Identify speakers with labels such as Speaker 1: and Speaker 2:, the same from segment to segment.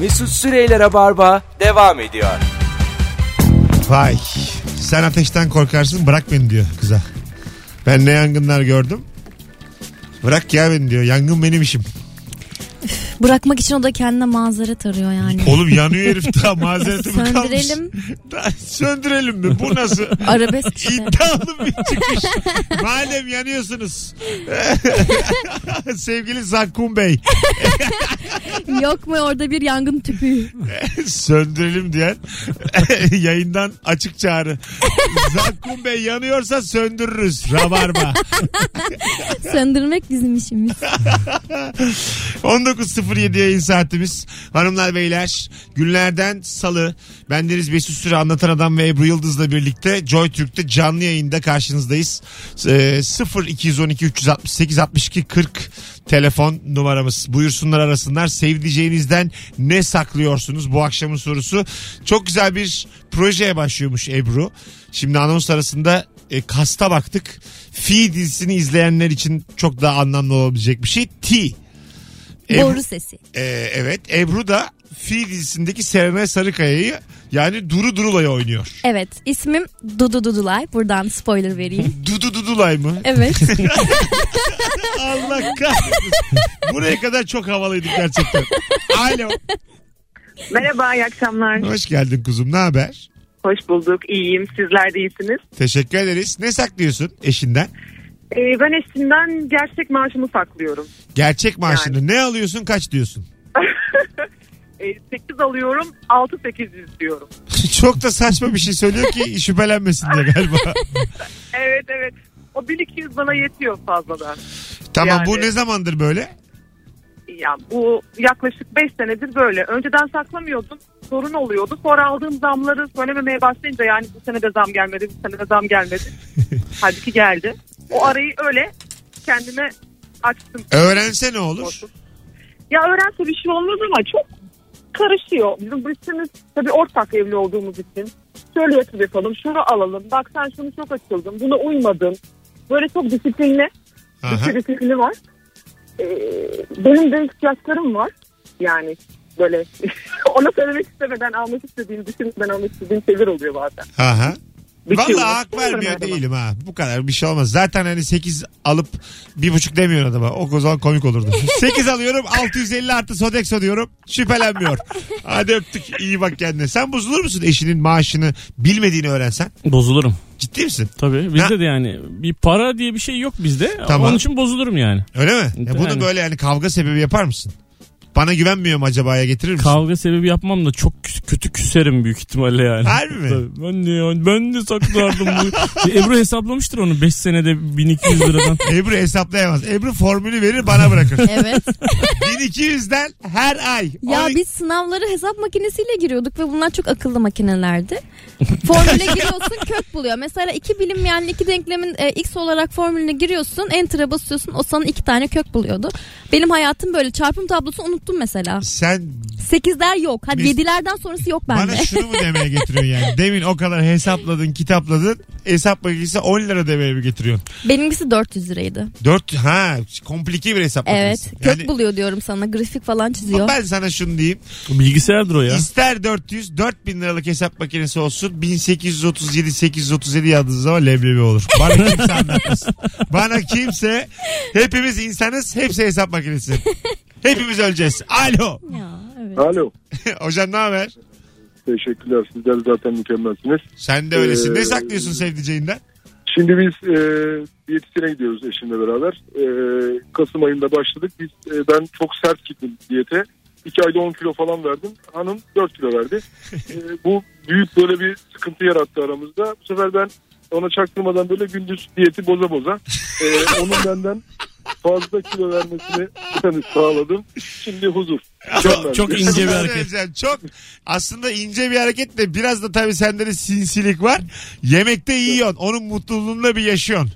Speaker 1: Mesut Süreyler'e barba devam ediyor.
Speaker 2: Vay. Sen ateşten korkarsın bırak beni diyor kıza. Ben ne yangınlar gördüm. Bırak ya beni diyor. Yangın benim işim.
Speaker 3: Bırakmak için o da kendine manzara tarıyor yani.
Speaker 2: Oğlum yanıyor herif daha mazereti mi kalmış?
Speaker 3: Söndürelim.
Speaker 2: Daha söndürelim mi? Bu nasıl?
Speaker 3: Arabesk işte.
Speaker 2: İddialı bir çıkış. Madem yanıyorsunuz. Sevgili Zakkum Bey.
Speaker 3: Yok mu orada bir yangın tüpü?
Speaker 2: söndürelim diyen yayından açık çağrı. Zakkum Bey yanıyorsa söndürürüz. Rabarba.
Speaker 3: Söndürmek bizim işimiz.
Speaker 2: 19.07 yayın saatimiz. Hanımlar beyler günlerden salı. Bendeniz Mesut Süre Anlatan Adam ve Ebru Yıldız'la birlikte Joy Türk'te canlı yayında karşınızdayız. Ee, 0 212 368 62 40 telefon numaramız. Buyursunlar arasınlar. Sevdiceğinizden ne saklıyorsunuz bu akşamın sorusu. Çok güzel bir projeye başlıyormuş Ebru. Şimdi anons arasında e, Kasta baktık. Fi dizisini izleyenler için çok daha anlamlı olabilecek bir şey. T. Ebru-
Speaker 3: Boru sesi.
Speaker 2: ee, evet Ebru da Fi dizisindeki Serenay Sarıkaya'yı yani Duru Durulay oynuyor.
Speaker 3: Evet ismim Dudu Dudulay. Buradan spoiler vereyim.
Speaker 2: Dudu Dudulay mı?
Speaker 3: Evet.
Speaker 2: Allah kahretsin. Buraya kadar çok havalıydık gerçekten. Alo.
Speaker 4: Merhaba, iyi akşamlar.
Speaker 2: Hoş geldin kuzum ne haber?
Speaker 4: Hoş bulduk, iyiyim. Sizler de iyisiniz.
Speaker 2: Teşekkür ederiz. Ne saklıyorsun eşinden?
Speaker 4: Ee, ben eşimden gerçek maaşımı saklıyorum.
Speaker 2: Gerçek maaşını ne alıyorsun kaç diyorsun?
Speaker 4: Ee, 8 alıyorum, 6-800 diyorum.
Speaker 2: çok da saçma bir şey söylüyor ki şüphelenmesin diye galiba.
Speaker 4: Evet, evet. O 1200 bana yetiyor fazladan.
Speaker 2: tamam bu
Speaker 4: Yani.
Speaker 2: ne zamandır böyle?
Speaker 4: Ya bu yaklaşık 5 senedir böyle. Önceden saklamıyordum. Sorun oluyordu. Sonra aldığım zamları söylememeye başlayınca yani bu sene de zam gelmedi, bu sene de zam gelmedi. Halbuki geldi. O arayı öyle kendime açtım.
Speaker 2: Öğrense ne olur?
Speaker 4: Ya öğrense bir şey olmaz ama çok karışıyor. Bizim bu işimiz tabii ortak evli olduğumuz için. Şöyle yatır yapalım, şunu alalım. Bak sen şunu çok açıldın, buna uymadın. Böyle çok disiplinli,
Speaker 2: Aha.
Speaker 4: bir disiplini var. Ee, benim de ihtiyaçlarım var. Yani böyle ona söylemek istemeden almak istediğim, düşünmeden almak istediğim şeyler oluyor bazen.
Speaker 2: Aha.
Speaker 4: Bir şey
Speaker 2: Vallahi
Speaker 4: olur.
Speaker 2: hak vermiyor
Speaker 4: Bilmiyorum
Speaker 2: değilim ha. Bu kadar bir şey olmaz. Zaten hani 8 alıp bir buçuk demiyor adama. O zaman komik olurdu. 8 alıyorum 650 artı Sodexo diyorum. Şüphelenmiyor. Hadi öptük. iyi bak kendine. Sen bozulur musun eşinin maaşını bilmediğini öğrensen?
Speaker 5: Bozulurum.
Speaker 2: Ciddi misin?
Speaker 5: Tabii
Speaker 2: Ha.
Speaker 5: bizde de yani bir para diye bir şey yok bizde.
Speaker 2: Tamam.
Speaker 5: Onun için bozulurum yani.
Speaker 2: Öyle mi? Ya bunu
Speaker 5: Yani.
Speaker 2: böyle yani kavga sebebi yapar mısın? Bana güvenmiyorum acaba'ya getirir misin?
Speaker 5: Kavga sebebi yapmam da çok kü- kötü küserim büyük ihtimalle yani.
Speaker 2: Harbi mi?
Speaker 5: Tabii. Ben de yani ben de saklardım bu. Ebru hesaplamıştır onu 5 senede 1200 liradan.
Speaker 2: Ebru hesaplayamaz. Ebru formülü verir bana bırakır.
Speaker 3: evet.
Speaker 2: 1200'den her ay.
Speaker 3: Ya
Speaker 2: Ay-
Speaker 3: biz sınavları hesap makinesiyle giriyorduk ve bunlar çok akıllı makinelerdi. Formüle giriyorsun kök buluyor. Mesela iki bilinmeyen iki denklemin e, x olarak formülüne giriyorsun. Enter'a basıyorsun. O sana iki tane kök buluyordu. Benim hayatım böyle. Çarpım tablosu unuttum mesela.
Speaker 2: Sen
Speaker 3: Sekizler yok. Hadi
Speaker 2: Biz-
Speaker 3: yedilerden sonrası yok bende.
Speaker 2: Bana şunu mu demeye getiriyorsun yani? Demin o kadar hesapladın, kitapladın. Hesap makinesi 10 lira demeye mi getiriyorsun?
Speaker 3: Benimkisi 400 liraydı.
Speaker 2: 4 ha komplike bir hesap makinesi.
Speaker 3: Evet.
Speaker 2: Yani-
Speaker 3: Kök buluyor diyorum sana. Grafik falan çiziyor.
Speaker 2: ben sana şunu diyeyim.
Speaker 5: Bilgisayardır o ya.
Speaker 2: İster 400, 4000 liralık hesap makinesi olsun. 1837, 837 yazdığınız zaman leblebi olur. Bana kimse anlatmaz. Bana kimse hepimiz insanız, hepsi hesap makinesi. Hepimiz öleceğiz. Alo.
Speaker 3: Ya, evet.
Speaker 6: Alo.
Speaker 2: Hocam ne haber?
Speaker 6: Teşekkürler. Sizler zaten mükemmelsiniz.
Speaker 2: Sen de öylesin. Ne
Speaker 6: Ee,
Speaker 2: saklıyorsun sevdiceğinden?
Speaker 6: Şimdi biz e, diyetisyene gidiyoruz eşimle beraber. E, Kasım ayında başladık. Biz e, ben çok sert gittim diyete. 2 ayda 10 kilo falan verdim. Hanım 4 kilo verdi. E, bu büyük böyle bir sıkıntı yarattı aramızda. Bu sefer ben ona çaktırmadan böyle gündüz diyeti boza boza. e, onun benden fazla kilo vermesini yani sağladım. Şimdi huzur. Mükemmel.
Speaker 5: çok ince bir
Speaker 2: Sana
Speaker 5: hareket.
Speaker 2: söyleyeceğim. Çok aslında ince bir hareket de biraz da tabii sende de sinsilik var. Yemekte yiyorsun. Onun mutluluğunda bir yaşıyorsun.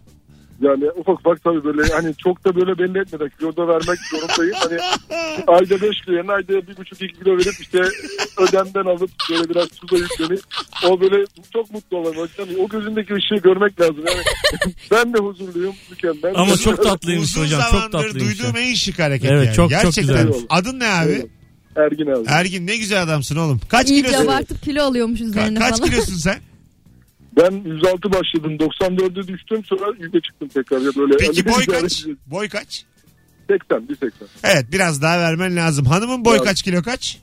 Speaker 6: Yani ufak ufak tabii böyle hani çok da böyle belli etmeden kiloda vermek zorundayım. Hani ayda 5 kilo yerine ayda 1,5-2 kilo verip işte ödemden alıp böyle biraz tuza yüklenip o böyle çok mutlu olamaz. Yani o gözündeki ışığı görmek lazım. Yani ben de huzurluyum mükemmel.
Speaker 5: Ama çok tatlıymış
Speaker 2: Uzun
Speaker 5: hocam. Çok
Speaker 2: zamandır
Speaker 5: tatlıymış.
Speaker 2: duyduğum
Speaker 5: ya.
Speaker 2: en şık hareket
Speaker 5: Evet,
Speaker 2: yani.
Speaker 5: çok- çok
Speaker 2: Gerçekten.
Speaker 5: güzelmiş.
Speaker 2: Adın ne abi?
Speaker 6: Evet. Ergin abi.
Speaker 2: Ergin ne güzel adamsın oğlum. Kaç
Speaker 3: İyice
Speaker 2: kilosun?
Speaker 3: abartıp kilo alıyormuş
Speaker 2: Ka-
Speaker 3: üzerine
Speaker 2: kaç
Speaker 3: falan.
Speaker 2: kilosun sen?
Speaker 6: Ben 106 başladım. 94'e düştüm. Sonra 100'e çıktım tekrar. Ya böyle
Speaker 2: Peki
Speaker 6: hani
Speaker 2: boy
Speaker 6: idare
Speaker 2: kaç?
Speaker 6: edeceğiz.
Speaker 2: Boy kaç?
Speaker 6: 80, 180.
Speaker 2: Evet biraz daha vermen lazım. Hanımın boy
Speaker 6: Biraz.
Speaker 2: kaç kilo kaç?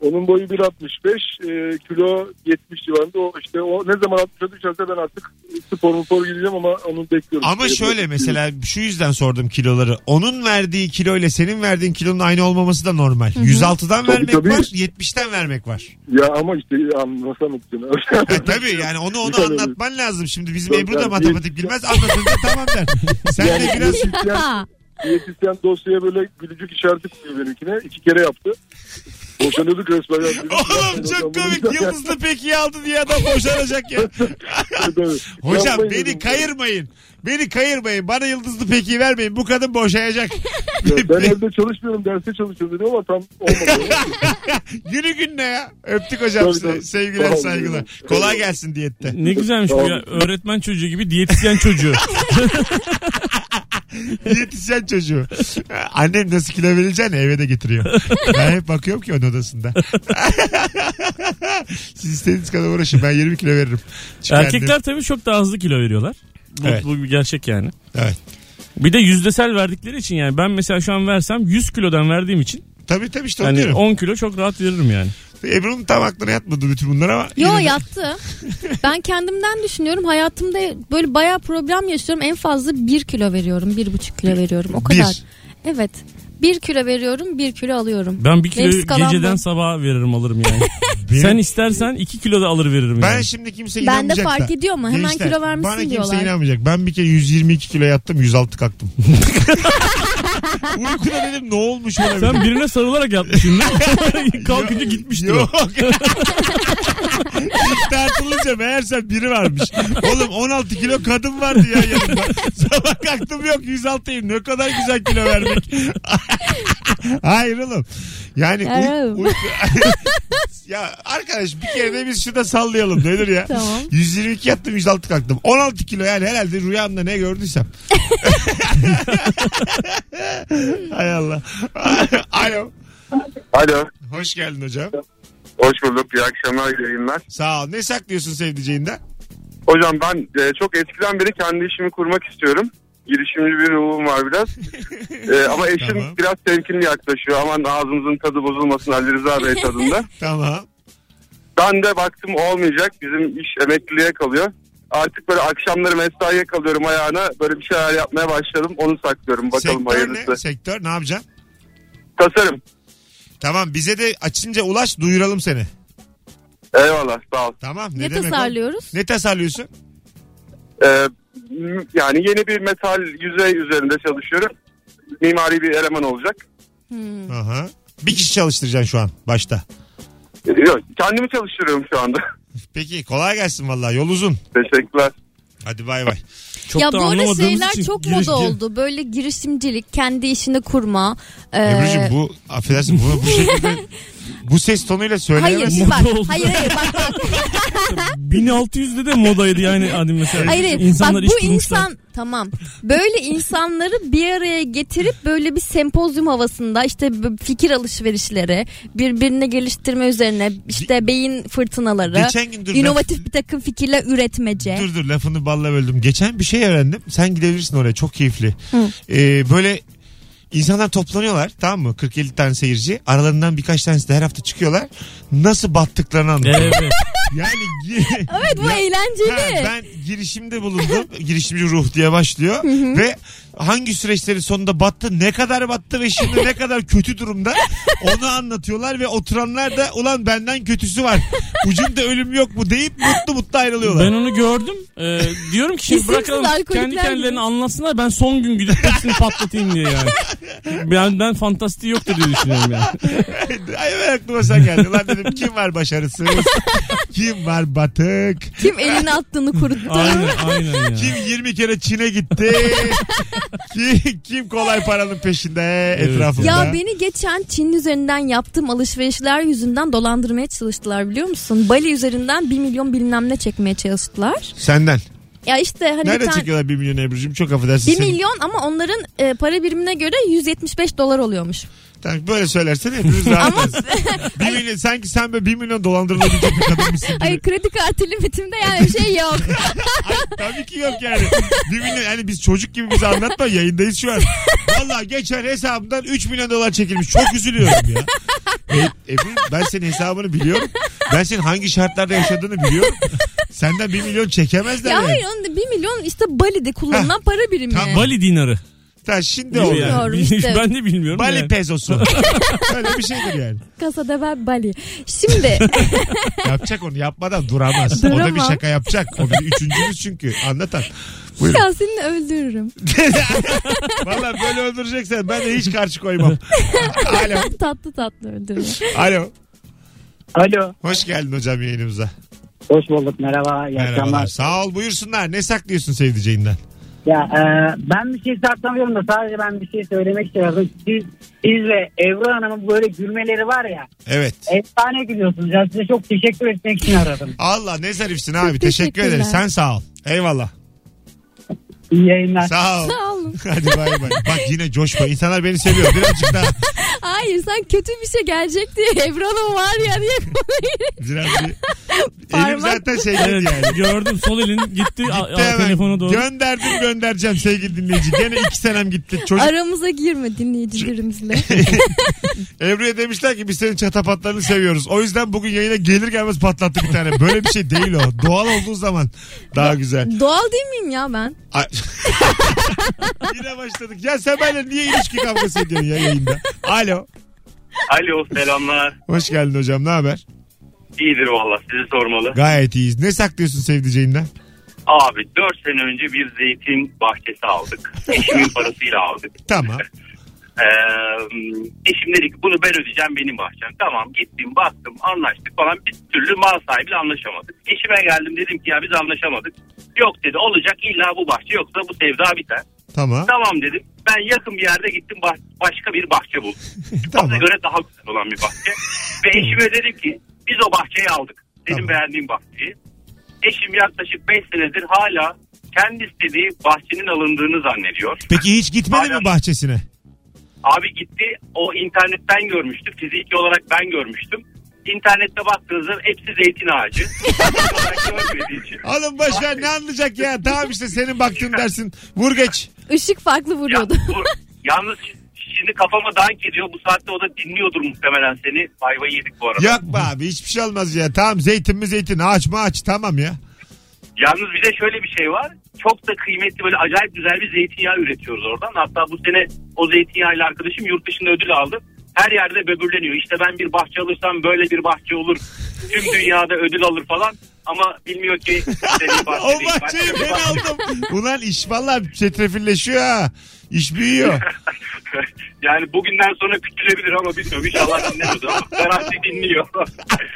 Speaker 6: Onun boyu 1.65, e, kilo 70 civarında. O işte o ne zaman 60'a düşerse ben artık spor spor gideceğim ama onu bekliyorum.
Speaker 2: Ama
Speaker 6: E,
Speaker 2: şöyle
Speaker 6: bu-
Speaker 2: mesela şu yüzden sordum kiloları. Onun verdiği kilo ile senin verdiğin kilonun aynı olmaması da normal. 106'dan
Speaker 6: Tabii,
Speaker 2: vermek
Speaker 6: tabii.
Speaker 2: var, 70'ten vermek var.
Speaker 6: Ya ama işte anlasa mutlu.
Speaker 2: E tabii yani onu onu
Speaker 6: Tabii.
Speaker 2: anlatman lazım. Şimdi bizim
Speaker 6: Tabii,
Speaker 2: Ebru da
Speaker 6: tabii.
Speaker 2: matematik bilmez. Anlatınca tamam der. Sen de biraz
Speaker 6: Diyetisyen dosyaya böyle gülücük işareti koyuyor benimkine. İki kere yaptı. Boşanıyorduk resmen. ya. Dedim,
Speaker 2: Oğlum
Speaker 6: yapmayın
Speaker 2: çok
Speaker 6: hocam, bunu
Speaker 2: komik.
Speaker 6: ya.
Speaker 2: Yıldızlı peki aldı diye adam boşanacak ya.
Speaker 6: Tabii.
Speaker 2: Hocam
Speaker 6: Yapmayın
Speaker 2: beni
Speaker 6: dedim.
Speaker 2: kayırmayın. Beni kayırmayın. Bana yıldızlı peki vermeyin. Bu kadın boşayacak.
Speaker 6: Ya Ben evde çalışmıyorum, derste çalışıyorum dedim ama tam olmadı.
Speaker 2: Günü gününe ya. Öptük hocam
Speaker 6: Tabii,
Speaker 2: size.
Speaker 6: tabii.
Speaker 2: Sevgiler
Speaker 6: Tamam,
Speaker 2: saygılar.
Speaker 6: buyurun.
Speaker 2: Kolay gelsin diyette.
Speaker 5: Ne güzelmiş bu ya. Öğretmen çocuğu gibi diyetisyen çocuğu.
Speaker 2: Diyetisyen çocuğu. Annem nasıl kilo vereceğini eve de getiriyor. Ben hep bakıyorum ki onun odasında. Siz istediğiniz kadar uğraşın. Ben 20 kilo veririm. Çıkardım.
Speaker 5: Erkekler tabii çok daha hızlı kilo veriyorlar. Bu,
Speaker 2: Evet.
Speaker 5: bu bir gerçek yani.
Speaker 2: Evet.
Speaker 5: Bir de yüzdesel verdikleri için yani ben mesela şu an versem 100 kilodan verdiğim için
Speaker 2: Tabii tabii işte onu
Speaker 5: hani
Speaker 2: diyorum.
Speaker 5: 10 kilo çok rahat veririm yani.
Speaker 2: Ebru'nun tam aklına yatmadı bütün bunlar ama.
Speaker 3: Yo
Speaker 2: yine de-
Speaker 3: yattı. Ben kendimden düşünüyorum. Hayatımda böyle bayağı problem yaşıyorum. En fazla 1 kilo veriyorum. 1,5 kilo veriyorum. O
Speaker 2: Bir.
Speaker 3: kadar. Evet. 1 kilo veriyorum. 1 kilo alıyorum.
Speaker 5: Ben 1
Speaker 3: Benim
Speaker 5: kilo
Speaker 3: skalam
Speaker 5: geceden
Speaker 3: bu.
Speaker 5: sabaha veririm alırım yani.
Speaker 2: Benim-
Speaker 5: Sen istersen 2 kilo da alır veririm
Speaker 2: Ben şey-
Speaker 5: yani.
Speaker 2: şimdi kimse
Speaker 3: Ben de
Speaker 2: inanmayacak
Speaker 3: fark
Speaker 2: da.
Speaker 3: ediyor mu? Hemen
Speaker 2: Gençler,
Speaker 3: kilo
Speaker 2: Bana
Speaker 3: vermişsin
Speaker 2: kimse
Speaker 3: diyorlar.
Speaker 2: inanmayacak. Ben bir kere 122 kilo yattım 106 kalktım. Uykuda dedim ne olmuş olabilir.
Speaker 5: Sen birine sarılarak yatmışsın değil mi? Kalkınca gitmiştir o.
Speaker 2: Yok. İlk tartılınca meğerse biri varmış. Oğlum 16 kilo kadın vardı ya yanımda. Sabah kalktım yok 106'yım. Ne kadar güzel kilo vermek. Hayır oğlum. Yani uy-
Speaker 3: Evet.
Speaker 2: uy- ya arkadaş bir kere de biz şurada sallayalım nedir ya?
Speaker 3: Tamam.
Speaker 2: 122 yattım 106 kalktım. 16 kilo yani herhalde rüyamda ne gördüysem. Hay Allah. Alo.
Speaker 7: Alo.
Speaker 2: Hoş geldin hocam.
Speaker 7: Hoş bulduk. İyi akşamlar, iyi yayınlar.
Speaker 2: Sağ ol. Ne saklıyorsun sevdiceğinden?
Speaker 7: Hocam ben e, çok eskiden beri kendi işimi kurmak istiyorum. Girişimci bir ruhum var biraz. E, ama eşim
Speaker 2: Tamam.
Speaker 7: biraz temkinli yaklaşıyor. Aman ağzımızın tadı bozulmasın Ali Rıza Bey tadında.
Speaker 2: Tamam.
Speaker 7: ben de baktım olmayacak. Bizim iş emekliliğe kalıyor. Artık böyle akşamları mesaiye kalıyorum ayağına. Böyle bir şeyler yapmaya başladım. Onu saklıyorum. Bakalım
Speaker 2: Sektör
Speaker 7: hayırlısı.
Speaker 2: ne? Sektör ne yapacaksın?
Speaker 7: Tasarım.
Speaker 2: Tamam bize de açınca ulaş duyuralım seni.
Speaker 7: Eyvallah sağ ol.
Speaker 2: Tamam.
Speaker 3: Ne
Speaker 2: demek o?
Speaker 3: tasarlıyoruz?
Speaker 2: Ne tasarlıyorsun?
Speaker 7: E, m- yani yeni bir metal yüzey üzerinde çalışıyorum. Mimari bir eleman olacak.
Speaker 3: Hmm.
Speaker 2: Aha. Bir kişi çalıştıracaksın şu an başta.
Speaker 7: E, Yok, kendimi çalıştırıyorum şu anda.
Speaker 2: Peki kolay gelsin vallahi yol uzun.
Speaker 7: Teşekkürler.
Speaker 2: Hadi bay bay.
Speaker 5: Çok
Speaker 3: ya
Speaker 5: da
Speaker 3: böyle
Speaker 5: anlamadığımız
Speaker 3: şeyler
Speaker 5: için
Speaker 3: çok
Speaker 5: giriş-
Speaker 3: moda oldu. Böyle girişimcilik, kendi işini kurma. Ee,
Speaker 2: Ebru'cum bu affedersin bunu bu şekilde bu ses tonuyla
Speaker 3: Hayır
Speaker 2: söyleyemezsin.
Speaker 3: şimdi bak.
Speaker 5: Moda oldu.
Speaker 3: Hayır hayır bak bak.
Speaker 5: 1600'de de modaydı yani hani mesela.
Speaker 3: Hayır hayır.
Speaker 5: İnsanlar
Speaker 3: Bak bu
Speaker 5: iş bulmuşlar.
Speaker 3: insan tamam. Böyle insanları bir araya getirip böyle bir sempozyum havasında işte b- fikir alışverişleri, birbirine geliştirme üzerine işte beyin fırtınaları,
Speaker 2: Geçen gün dur,
Speaker 3: inovatif bir takım fikirler üretmece.
Speaker 2: Dur dur lafını balla böldüm. Geçen bir şey öğrendim. Sen gidebilirsin oraya çok keyifli. Ee, böyle insanlar toplanıyorlar tamam mı? 40-50 tane seyirci. Aralarından birkaç tanesi de her hafta çıkıyorlar. Nasıl battıklarını anlatıyor.
Speaker 5: Evet.
Speaker 2: Yani gi-
Speaker 3: Evet bu eğlenceli.
Speaker 2: Ha, ben girişimde bulundum. Girişimci ruh diye başlıyor. ve hangi süreçlerin sonunda battı, ne kadar battı ve şimdi ne kadar kötü durumda onu anlatıyorlar ve oturanlar da ulan benden kötüsü var. Ucunda ölüm yok mu deyip mutlu mutlu ayrılıyorlar.
Speaker 5: Ben onu gördüm. Ee, diyorum ki şimdi
Speaker 3: İsimsiz
Speaker 5: bırakalım kendi
Speaker 3: alkolikler
Speaker 5: kendilerini
Speaker 3: gibi.
Speaker 5: anlatsınlar. Ben son gün gidip hepsini patlatayım diye yani. Benden fantastiği yoktu diye düşünüyorum yani.
Speaker 2: Ay ben aklıma sen geldi. Lan dedim kim var başarısız? kim var batık?
Speaker 3: Kim elini attığını kuruttu.
Speaker 5: Aynen aynen ya.
Speaker 2: Kim 20 kere Çin'e gitti? kim, kim kolay paranın peşinde
Speaker 5: Evet.
Speaker 2: etrafında?
Speaker 3: Ya beni geçen Çin üzerinden yaptığım alışverişler yüzünden dolandırmaya çalıştılar biliyor musun? Bali üzerinden 1 milyon bilmem ne çekmeye çalıştılar.
Speaker 2: Senden.
Speaker 3: Ya işte hani bir
Speaker 2: Nerede
Speaker 3: tane-
Speaker 2: çekiyorlar 1 milyon Ebru'cum? Çok affedersin.
Speaker 3: 1
Speaker 2: seni.
Speaker 3: milyon ama onların e, para birimine göre 175 dolar oluyormuş.
Speaker 2: Tamam, böyle söylersen hepimiz rahat ederiz. Bir milyon, sanki sen böyle 1 milyon dolandırılabilecek bir kadınmışsın gibi.
Speaker 3: Ay kredi kartı limitimde yani bir şey yok.
Speaker 2: Tabii ki yok yani. Bir milyon, yani biz çocuk gibi bize anlatma yayındayız şu an. Valla geçen hesabından 3 milyon dolar çekilmiş. Çok üzülüyorum ya. E, Ebru, ben senin hesabını biliyorum. Ben senin hangi şartlarda yaşadığını biliyorum. Senden 1 milyon çekemezler.
Speaker 3: ya
Speaker 2: yani.
Speaker 3: hayır onun 1 milyon işte Bali'de kullanılan para birimi.
Speaker 2: Tamam,
Speaker 5: Bali dinarı.
Speaker 2: Ta şimdi oldu.
Speaker 5: Yani.
Speaker 3: Bilmiyorum işte.
Speaker 5: ben de bilmiyorum.
Speaker 2: Bali
Speaker 5: yani.
Speaker 2: pezosu. Öyle bir şeydir yani.
Speaker 3: Kasada ben Bali. Şimdi
Speaker 2: Yapacak onu yapmadan duramaz. O da bir
Speaker 3: Duramam.
Speaker 2: şaka yapacak. O bir üçüncümüz çünkü. Anlatan. Buyurun.
Speaker 3: ya seni öldürürüm.
Speaker 2: Valla böyle öldüreceksen ben de hiç karşı koymam. Alo.
Speaker 3: tatlı tatlı öldürürüm.
Speaker 2: Alo.
Speaker 8: Alo.
Speaker 2: Hoş geldin hocam yayınımıza.
Speaker 8: Hoş bulduk. Merhaba. iyi
Speaker 2: Merhabalar.
Speaker 8: akşamlar.
Speaker 2: Sağ ol buyursunlar. Ne saklıyorsun sevdiceğinden?
Speaker 8: Ya, e, ben bir şey saklamıyorum da sadece ben bir şey söylemek istiyorum. Siz, siz ve Ebru Hanım'ın böyle gülmeleri var ya.
Speaker 2: Evet.
Speaker 8: Efsane gülüyorsunuz. Ya size çok teşekkür etmek için aradım.
Speaker 2: Allah ne zarifsin abi. Teşekkür ederim.
Speaker 3: teşekkürler.
Speaker 2: Sen sağ ol. Eyvallah.
Speaker 8: İyi yayınlar.
Speaker 2: Sağ ol.
Speaker 3: Sağ olun.
Speaker 2: Hadi bay bay. Bak yine coşma. İnsanlar beni seviyor. Birazcık daha
Speaker 3: Hayır sen kötü bir şey gelecek diye Ebru Hanım var ya diye konuyu-
Speaker 2: biraz bir... Elim
Speaker 3: Parmak-
Speaker 2: zaten şey
Speaker 5: Evet
Speaker 2: dedi yani.
Speaker 5: gördüm sol elin gitti, a- a-
Speaker 2: Hemen
Speaker 5: telefona doğru.
Speaker 2: Gönderdim göndereceğim sevgili dinleyici. Gene iki senem gitti. Çocuk
Speaker 3: Aramıza girme dinleyicilerimizle.
Speaker 2: Ebru'ya demişler ki biz senin çatapatlarını seviyoruz. O yüzden bugün yayına gelir gelmez patlattı bir tane. Böyle bir şey değil o. Doğal olduğu zaman daha güzel.
Speaker 3: Doğal değil miyim ya ben?
Speaker 2: Ay- Yine başladık. Ya sen benimle niye ilişki kavgası ediyorsun ya yayında? Alo.
Speaker 9: Alo selamlar.
Speaker 2: Hoş geldin hocam ne haber?
Speaker 9: İyidir valla sizi sormalı.
Speaker 2: Gayet iyiyiz. Ne saklıyorsun sevdiceğinden?
Speaker 9: Abi 4 sene önce bir zeytin bahçesi aldık. Eşimin parasıyla aldık.
Speaker 2: Tamam.
Speaker 9: Ee, eşim dedi ki bunu ben ödeyeceğim benim bahçem. Tamam gittim baktım anlaştık falan bir türlü mal sahibiyle anlaşamadık. Eşime geldim dedim ki ya biz anlaşamadık. Yok dedi olacak illa bu bahçe yoksa bu sevda biter.
Speaker 2: Tamam.
Speaker 9: Tamam dedim ben yakın bir yerde gittim bah- başka bir bahçe buldum.
Speaker 2: Tamam.
Speaker 9: Bana göre daha güzel olan bir bahçe. Ve eşime dedim ki biz o bahçeyi aldık. Senin
Speaker 2: Tamam.
Speaker 9: beğendiğin bahçeyi. Eşim yaklaşık 5 senedir hala kendi istediği bahçenin alındığını zannediyor.
Speaker 2: Peki hiç gitmedi
Speaker 9: Alo.
Speaker 2: mi bahçesine?
Speaker 9: Abi gitti o internetten görmüştü. Fiziki olarak ben görmüştüm. İnternette baktığınızda hepsi zeytin ağacı. Fiziki olarak görmediği için.
Speaker 2: Oğlum başka ne anlayacak ya? Tamam işte senin baktığın dersin. Vur geç.
Speaker 3: Işık farklı
Speaker 9: Ya,
Speaker 3: vuruyordu.
Speaker 9: bu, yalnız şimdi kafama dank ediyor. Bu saatte o da dinliyordur muhtemelen seni. Vay vay yedik bu arada.
Speaker 2: Yapma abi hiçbir şey olmaz ya. Tamam zeytin mi zeytin ağaç mı ağaç tamam ya.
Speaker 9: Yalnız bir de şöyle bir şey var. Çok da kıymetli böyle acayip güzel bir zeytinyağı üretiyoruz oradan. Hatta bu sene o zeytinyağıyla arkadaşım yurt dışında ödül aldı. Her yerde böbürleniyor. İşte ben bir bahçe alırsam böyle bir bahçe olur. Tüm dünyada ödül alır falan. Ama bilmiyor ki senin bahçe
Speaker 2: o
Speaker 9: değil.
Speaker 2: bahçeyi
Speaker 9: Başka bir
Speaker 2: ben
Speaker 9: bahçe.
Speaker 2: aldım. Ulan iş valla çetrefilleşiyor ha. İş büyüyor.
Speaker 9: yani bugünden sonra küçülebilir ama bilmiyorum. İnşallah dinlemiyordur ama garanti dinliyor.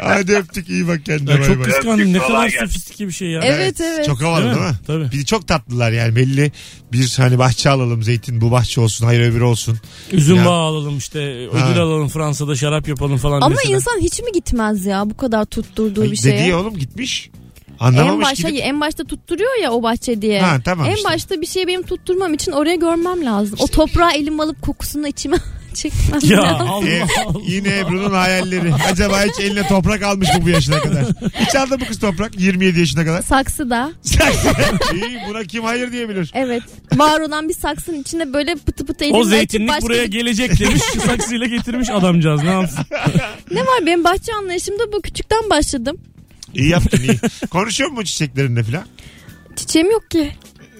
Speaker 2: Hadi öptük iyi bak kendine.
Speaker 5: Ya
Speaker 2: bay
Speaker 5: çok
Speaker 2: bay.
Speaker 5: kıskandım. Ne
Speaker 9: Kolay
Speaker 5: kadar
Speaker 9: gelsin.
Speaker 5: sofistike bir şey ya.
Speaker 3: Evet. evet.
Speaker 2: Çok havalı
Speaker 5: Değil
Speaker 2: değil
Speaker 5: mi?
Speaker 2: mi?
Speaker 5: Tabii.
Speaker 2: Bir de çok tatlılar yani belli bir hani bahçe alalım zeytin bu bahçe olsun hayır öbürü olsun.
Speaker 5: Üzüm
Speaker 2: Ya.
Speaker 5: bağı alalım işte. Ödül
Speaker 2: Ha.
Speaker 5: alalım Fransa'da şarap yapalım falan.
Speaker 3: Ama
Speaker 5: mesela.
Speaker 3: insan hiç mi gitmez ya bu kadar tutturduğu
Speaker 2: Ay,
Speaker 3: bir şeye?
Speaker 2: Dediği oğlum gitmiş.
Speaker 3: En
Speaker 2: Anlamamış
Speaker 3: başta
Speaker 2: gidip.
Speaker 3: en başta tutturuyor ya o bahçe diye.
Speaker 2: Ha, tamam
Speaker 3: en
Speaker 2: işte.
Speaker 3: başta bir şeyi benim tutturmam için oraya görmem lazım. O toprağı elim alıp kokusunu içime çekmem
Speaker 5: Ya
Speaker 3: lazım.
Speaker 5: Allah
Speaker 2: Ev-
Speaker 5: Allah.
Speaker 2: yine Ebru'nun hayalleri. Acaba hiç eline toprak almış mı bu yaşına kadar? Hiç aldı mı kız toprak 27 yaşına kadar?
Speaker 3: Saksıda
Speaker 2: İyi buna kim hayır diyebilir?
Speaker 3: evet var olan bir saksının içine böyle pıtı pıtı elimi
Speaker 5: O
Speaker 3: açıp
Speaker 5: zeytinlik
Speaker 3: başka
Speaker 5: buraya
Speaker 3: bir-
Speaker 5: gelecek demiş. Saksıyla getirmiş adamcağız. Ne yapsın?
Speaker 3: Ne var benim bahçe anlayışımda bu küçükten başladım.
Speaker 2: İyi yaptın iyi. Konuşuyor mu çiçeklerinle falan?
Speaker 3: Çiçeğim yok ki.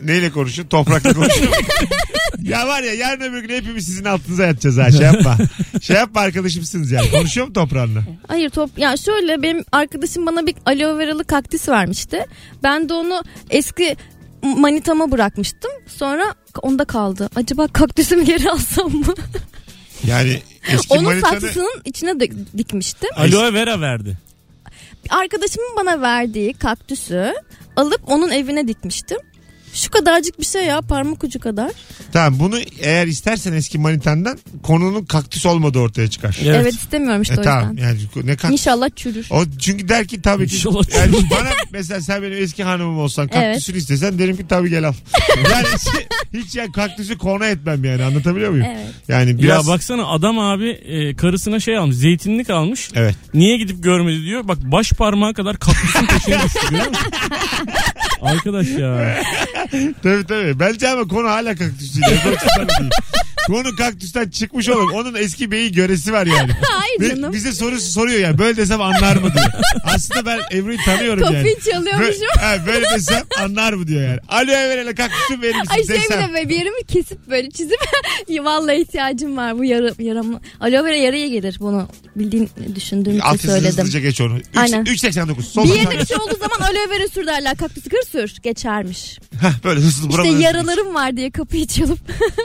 Speaker 2: Neyle konuşuyor? Toprakla konuşuyor. mu? ya var ya yarın öbür gün hepimiz sizin altınıza yatacağız ha şey yapma. Şey yapma arkadaşımsınız yani. Konuşuyor mu toprağınla?
Speaker 3: Hayır top ya şöyle benim arkadaşım bana bir aloe veralı kaktüs vermişti. Ben de onu eski manitama bırakmıştım. Sonra onda kaldı. Acaba kaktüsümü geri alsam mı?
Speaker 2: Yani eski
Speaker 3: Onun
Speaker 2: manitanı-
Speaker 3: saksısının içine dik- dikmiştim.
Speaker 5: Aloe vera verdi.
Speaker 3: Arkadaşımın bana verdiği kaktüsü alıp onun evine dikmiştim. Şu kadarcık bir şey ya parmak ucu kadar.
Speaker 2: Tamam bunu eğer istersen eski manitandan konunun kaktüs olmadığı ortaya çıkar.
Speaker 5: Evet.
Speaker 3: Evet, istemiyorum işte
Speaker 2: E,
Speaker 3: o
Speaker 2: tamam
Speaker 3: yüzden.
Speaker 2: yani ne kaktüs
Speaker 3: İnşallah çürür.
Speaker 2: O çünkü der ki tabii ki.
Speaker 5: İnşallah.
Speaker 2: Yani bana mesela sen benim eski hanımım olsan kaktüsünü istesen derim ki tabii gel al. yani hiç, hiç yani kaktüsü konu etmem yani anlatabiliyor muyum?
Speaker 3: Evet.
Speaker 2: Yani biraz
Speaker 5: Ya baksana adam abi e, karısına şey almış zeytinlik almış.
Speaker 2: Evet.
Speaker 5: Niye gidip görmedi diyor. Bak baş parmağı kadar kaktüsün peşine düştü görüyor musun? Arkadaş ya.
Speaker 2: Tabii tabii. Bence ama konu hala kaktüs değil. Kaktüsten değil. Konu kaktüsten çıkmış oğlum. Onun eski beyi göresi var yani.
Speaker 3: Hayır
Speaker 2: Ve
Speaker 3: canım.
Speaker 2: bize soru soruyor yani. Böyle desem anlar mı diyor. Aslında ben Ebru'yu tanıyorum yani.
Speaker 3: Kapıyı çalıyormuşum.
Speaker 2: Bö- ha, böyle desem anlar mı diyor yani. Alo Evren'e kaktüsün verir misin
Speaker 3: Ay şey
Speaker 2: desem.
Speaker 3: bile böyle bir yerimi kesip böyle çizip vallahi ihtiyacım var bu yara, yaramı. Aloe vera yaraya gelir bunu bildiğin düşündüğüm için
Speaker 2: Alt yazısı
Speaker 3: söyledim.
Speaker 2: hızlıca geç onu. Üç-
Speaker 3: Aynen.
Speaker 2: 3.89. Sol
Speaker 3: Bir
Speaker 2: basamak.
Speaker 3: yerine bir şey olduğu zaman aloe vera sür derler kaktüsü kır sür geçermiş.
Speaker 2: Hah, böyle hızlı
Speaker 3: İşte
Speaker 2: buraları-
Speaker 3: yaralarım var diye kapıyı çalıp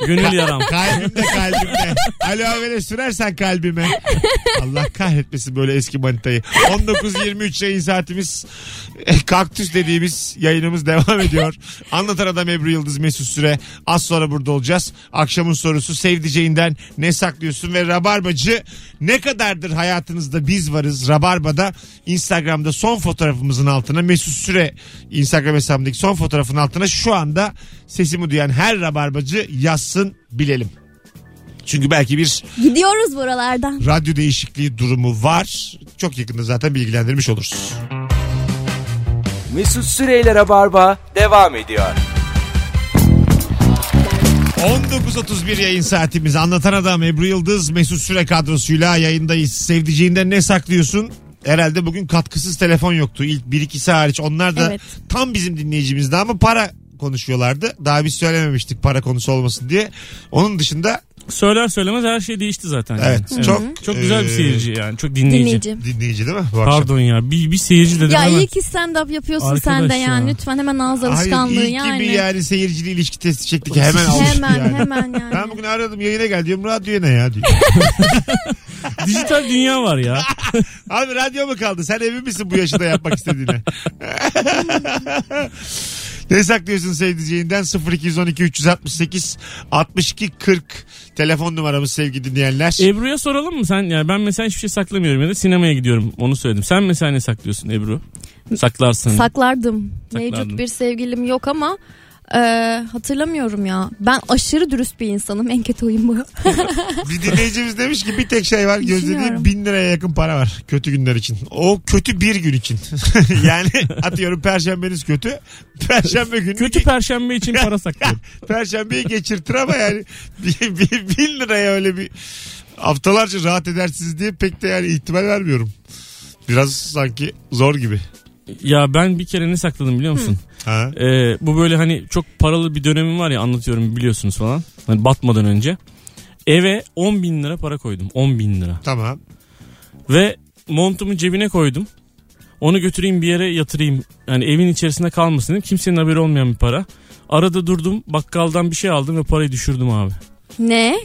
Speaker 5: Gönül yaram.
Speaker 2: Kalbimde kalbimde. Alo böyle sürersen kalbime. Allah kahretmesin böyle eski manitayı. 19.23 yayın saatimiz. Eh, Kaktüs dediğimiz yayınımız devam ediyor. Anlatan adam Ebru Yıldız Mesut Süre. Az sonra burada olacağız. Akşamın sorusu sevdiceğinden ne saklıyorsun ve Rabarbacı ne kadardır hayatınızda biz varız Rabarba'da Instagram'da son fotoğrafımızın altına Mesut Süre Instagram hesabındaki son fotoğrafın altına şu anda sesimi duyan her Rabarbacı yazsın bilelim. Çünkü belki bir
Speaker 3: gidiyoruz buralardan.
Speaker 2: radyo değişikliği durumu var. Çok yakında zaten bilgilendirmiş oluruz.
Speaker 1: Mesut Süreyler'e barba devam ediyor.
Speaker 2: 19.31 yayın saatimiz. Anlatan Adam Ebru Yıldız Mesut Süre kadrosuyla yayındayız. Sevdiceğinden ne saklıyorsun? Herhalde bugün katkısız telefon yoktu. İlk 1-2 hariç. Onlar da
Speaker 3: Evet.
Speaker 2: tam bizim dinleyicimizdi ama para konuşuyorlardı. Daha biz söylememiştik para konusu olmasın diye. Onun dışında
Speaker 5: Söyler söylemez her şey değişti zaten. yani.
Speaker 2: evet, çok
Speaker 5: Çok güzel bir
Speaker 2: e,
Speaker 5: seyirci yani. Çok dinleyici.
Speaker 3: Dinleyici.
Speaker 2: Dinleyici değil mi bu akşam?
Speaker 5: Pardon ya. Bir, bir seyirci dedim
Speaker 3: Ya
Speaker 5: hemen.
Speaker 3: iyi ki stand up yapıyorsun
Speaker 5: Arkadaş
Speaker 3: sen de
Speaker 5: ya.
Speaker 3: yani lütfen hemen ağız alışkanlığı
Speaker 2: Hayır, ilk
Speaker 3: yani.
Speaker 2: gibi yani seyircili ilişki testi çektik. Hemen alıştık
Speaker 3: Hemen
Speaker 2: yani.
Speaker 3: hemen yani.
Speaker 2: Ben bugün aradım yayına gel diyorum radyoya ne ya diyor.
Speaker 5: Dijital dünya var ya.
Speaker 2: Abi radyo mu kaldı? Sen emin misin bu yaşında yapmak istediğine? ne saklıyorsun sevdiceğinden? 0212 368 62 40 telefon numaramız sevgili dinleyenler.
Speaker 5: Ebru'ya soralım mı sen? Yani ben mesela hiçbir şey saklamıyorum ya da sinemaya gidiyorum. Onu söyledim. Sen mesela ne saklıyorsun Ebru?
Speaker 3: Saklardım.
Speaker 5: Saklarsın. Saklardın.
Speaker 3: Mevcut bir sevgilim yok ama e, hatırlamıyorum ya. Ben aşırı dürüst bir insanım. En kötü huyum bu.
Speaker 2: bir dinleyicimiz demiş ki bir tek şey var gözlediğim
Speaker 3: Düşünüyorum.
Speaker 2: bin liraya yakın para var kötü günler için. O kötü bir gün için. yani atıyorum perşembeniz kötü. Perşembe günü
Speaker 5: Kötü perşembe için para saklıyorum.
Speaker 2: Perşembeyi geçirtir ama yani bir, bir, bin liraya öyle bir haftalarca rahat edersiniz diye pek de yani ihtimal vermiyorum. Biraz sanki zor gibi.
Speaker 5: ya ben bir kere ne sakladım biliyor musun?
Speaker 2: Ha.
Speaker 5: Ee, bu böyle hani çok paralı bir dönemim var ya anlatıyorum biliyorsunuz falan. Hani batmadan önce. Eve 10 bin lira para koydum. 10 bin lira.
Speaker 2: Tamam.
Speaker 5: Ve montumu cebine koydum. Onu götüreyim bir yere yatırayım. Yani evin içerisinde kalmasın dedim. Kimsenin haberi olmayan bir para. Arada durdum bakkaldan bir şey aldım ve parayı düşürdüm abi.
Speaker 3: ne?